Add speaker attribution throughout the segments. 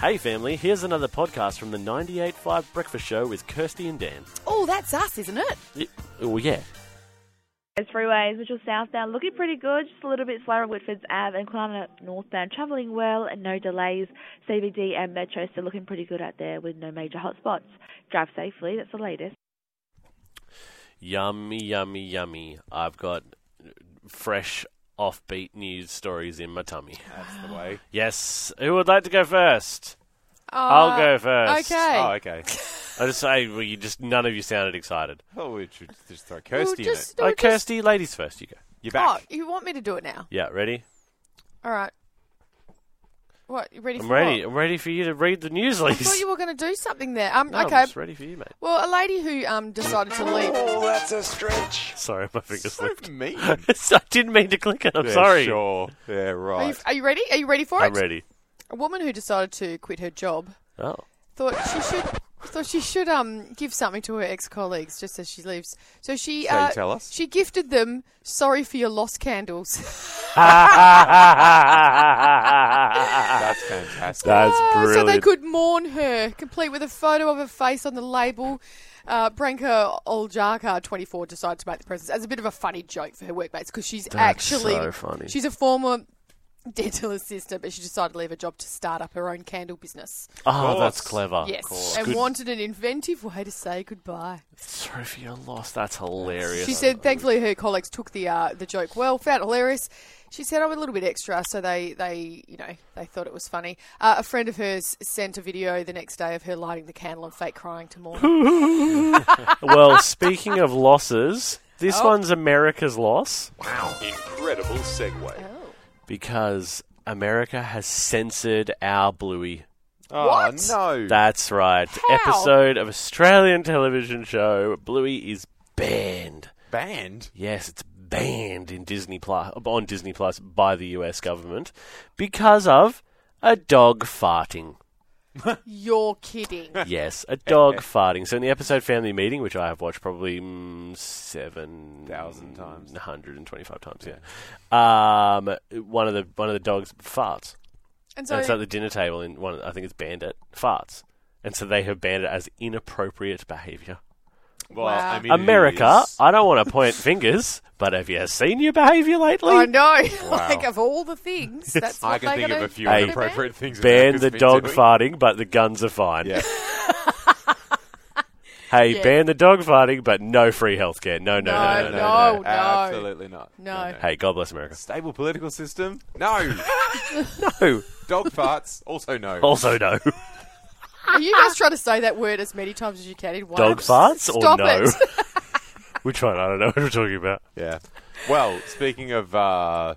Speaker 1: Hey, family, here's another podcast from the 98.5 Breakfast Show with Kirsty and Dan.
Speaker 2: Oh, that's us, isn't it?
Speaker 1: Y- Oh, yeah.
Speaker 3: There's freeways, which are southbound, looking pretty good, just a little bit slower at Whitford's Ave and Kwinana northbound, travelling well and no delays. CBD and Metro still looking pretty good out there with no major hotspots. Drive safely, that's the latest.
Speaker 1: Yummy, yummy, yummy. I've got fresh, offbeat news stories in my tummy.
Speaker 4: That's the way.
Speaker 1: Yes. Who would like to go first? I'll go first.
Speaker 2: Uh, Okay.
Speaker 4: Oh, okay.
Speaker 1: I just say, well, you just none of you sounded excited.
Speaker 4: Oh, we should just throw
Speaker 2: Well,
Speaker 4: Kirsty
Speaker 2: just,
Speaker 1: Oh,
Speaker 2: no, just-
Speaker 1: Kirsty, ladies first. You go.
Speaker 4: in it. You're
Speaker 2: oh,
Speaker 4: back.
Speaker 2: you want me to do it now?
Speaker 1: Yeah, ready?
Speaker 2: All right. What? You ready?
Speaker 1: I'm
Speaker 2: for
Speaker 1: ready.
Speaker 2: What?
Speaker 1: I'm ready for you to read the news,
Speaker 2: I thought
Speaker 1: ladies.
Speaker 2: you were going to do something there. Um.
Speaker 1: No,
Speaker 2: okay.
Speaker 1: I'm just ready for you, mate.
Speaker 2: Well, a lady who um decided to leave.
Speaker 1: Sorry, my finger
Speaker 4: so
Speaker 1: slipped.
Speaker 4: mean.
Speaker 1: I didn't mean to click it. I'm
Speaker 4: Yeah,
Speaker 1: sorry.
Speaker 4: Sure. Yeah,
Speaker 2: Are you,
Speaker 4: right.
Speaker 2: are you ready? Are you ready for
Speaker 1: I'm
Speaker 2: it?
Speaker 1: ready.
Speaker 2: A woman who decided to quit her job
Speaker 1: Oh,
Speaker 2: thought she should thought she should um give something to her ex colleagues just as she leaves. So she
Speaker 4: So you
Speaker 2: uh,
Speaker 4: tell us.
Speaker 2: she gifted them sorry for your lost candles.
Speaker 4: That's fantastic.
Speaker 1: that's
Speaker 2: Ah,
Speaker 1: brilliant.
Speaker 2: So they could mourn her, complete with a photo of her face on the label. Uh, Branka Oljaka, 24, decided to make the presents as a bit of a funny joke for her workmates because she's actually
Speaker 1: so funny.
Speaker 2: she's a former dental assistant, but she decided to leave her job to start up her own candle business.
Speaker 1: oh, that's
Speaker 4: course.
Speaker 1: clever.
Speaker 2: yes, and
Speaker 1: Good.
Speaker 2: wanted an inventive way to say goodbye.
Speaker 1: Sorry for your loss. That's hilarious.
Speaker 2: She said, thankfully, her colleagues took the uh, the joke well, found it hilarious. She said, I'm a little bit extra, so they, they you know, they thought it was funny. Uh, a friend of hers sent a video the next day of her lighting the candle and fake crying to mourn.
Speaker 1: well, speaking of losses, this
Speaker 2: Oh.
Speaker 1: one's America's loss
Speaker 4: Incredible segue.
Speaker 1: because America has censored our Bluey.
Speaker 4: Oh,
Speaker 2: What?
Speaker 4: no.
Speaker 1: That's right. Episode of Australian television show Bluey is banned.
Speaker 4: Banned?
Speaker 1: Yes, it's banned in Disney Plus on Disney Plus by the US government because of a dog farting.
Speaker 2: You're kidding.
Speaker 1: yes, a dog farting. So in the episode family meeting, which I have watched probably mm, seven
Speaker 4: Thousand times.
Speaker 1: one hundred and twenty-five times, yeah. Um, one of the one of the dogs farts,
Speaker 2: And
Speaker 1: and it's at
Speaker 2: so,
Speaker 1: the dinner table. In one, I think it's Bandit farts, and so they have banned it as inappropriate behaviour.
Speaker 4: Well,
Speaker 2: Wow.
Speaker 4: I mean, it
Speaker 1: America,
Speaker 4: is-
Speaker 1: I don't want to point fingers, but have you seen your behaviour lately?
Speaker 2: I know,
Speaker 4: Wow.
Speaker 2: like of all the things, that's
Speaker 4: I
Speaker 2: what
Speaker 4: can
Speaker 2: they're
Speaker 4: think of
Speaker 2: gonna-
Speaker 4: a few
Speaker 1: Hey,
Speaker 4: inappropriate things.
Speaker 1: ban
Speaker 4: America's
Speaker 1: the
Speaker 4: been
Speaker 1: dog
Speaker 4: doing.
Speaker 1: farting, but the guns are fine.
Speaker 4: Yeah.
Speaker 1: Hey,
Speaker 2: Yeah.
Speaker 1: ban the dog farting, but no free healthcare. No, no, no, no, no.
Speaker 2: No,
Speaker 1: no,
Speaker 2: no.
Speaker 4: Absolutely not.
Speaker 2: No.
Speaker 1: Hey, God bless America.
Speaker 4: Stable political system? No.
Speaker 1: No,
Speaker 4: dog farts? Also no.
Speaker 1: also no.
Speaker 2: Are you guys trying to say that word as many times as you can in one?
Speaker 1: Dog farts or
Speaker 2: Stop
Speaker 1: no?
Speaker 2: It.
Speaker 1: Which one? I don't know what we're talking about.
Speaker 4: Yeah. Well, speaking of uh,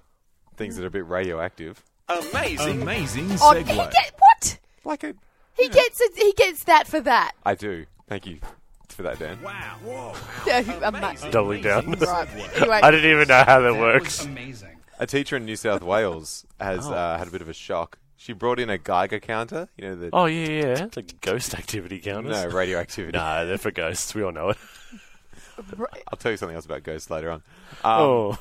Speaker 4: things that are a bit radioactive,
Speaker 5: Amazing, amazing
Speaker 2: Oh, he
Speaker 5: segue.
Speaker 2: get, what?
Speaker 4: like a,
Speaker 2: He gets it, he gets that for that.
Speaker 4: I do. Thank you for that, Dan.
Speaker 5: wow. Whoa.
Speaker 4: Oh,
Speaker 2: Amazing.
Speaker 1: Doubling down.
Speaker 2: Right. Anyway,
Speaker 1: I didn't even know how that works.
Speaker 5: amazing.
Speaker 4: A teacher in New South Wales has
Speaker 1: Oh.
Speaker 4: uh, had a bit of a shock. She brought in a Geiger counter. You know the
Speaker 1: Oh yeah, yeah, yeah. The ghost activity counters.
Speaker 4: no radioactivity.
Speaker 1: Nah, they're for ghosts. We all know it.
Speaker 4: I'll tell you something else about ghosts later on. Um,
Speaker 1: Oh,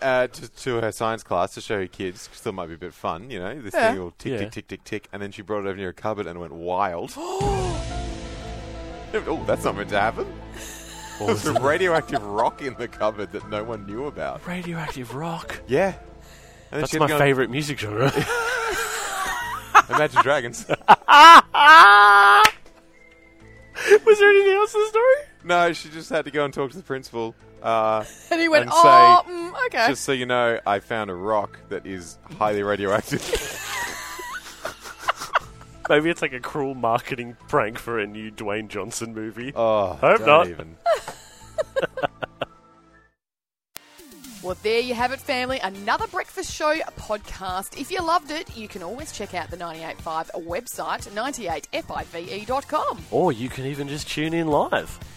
Speaker 4: uh, to, to her science class to show her kids 'cause that might be a bit fun. You know, this
Speaker 2: Yeah.
Speaker 4: thing will tick,
Speaker 1: Yeah.
Speaker 4: tick, tick, tick, tick, and then she brought it over near a cupboard and went wild. oh, that's not meant to happen. There's a radioactive rock in the cupboard that no one knew about.
Speaker 1: radioactive rock.
Speaker 4: Yeah. And then
Speaker 1: That's
Speaker 4: she had
Speaker 1: my
Speaker 4: to go on
Speaker 1: favourite music genre.
Speaker 4: Imagine Dragons.
Speaker 1: Ah! Was there anything else in the story?
Speaker 4: no, she just had to go and talk to the principal. Uh,
Speaker 2: and he went,
Speaker 4: and say,
Speaker 2: oh, mm, okay.
Speaker 4: just so you know, I found a rock that is highly radioactive.
Speaker 1: Maybe it's like a cruel marketing prank for a new Dwayne Johnson movie.
Speaker 4: Oh,
Speaker 1: Hope
Speaker 4: don't
Speaker 1: not.
Speaker 4: Even.
Speaker 2: Well, there you have it, family. Another Breakfast Show podcast. If you loved it, you can always check out the 98.5 website, 98five.com.
Speaker 1: Or you can even just tune in live.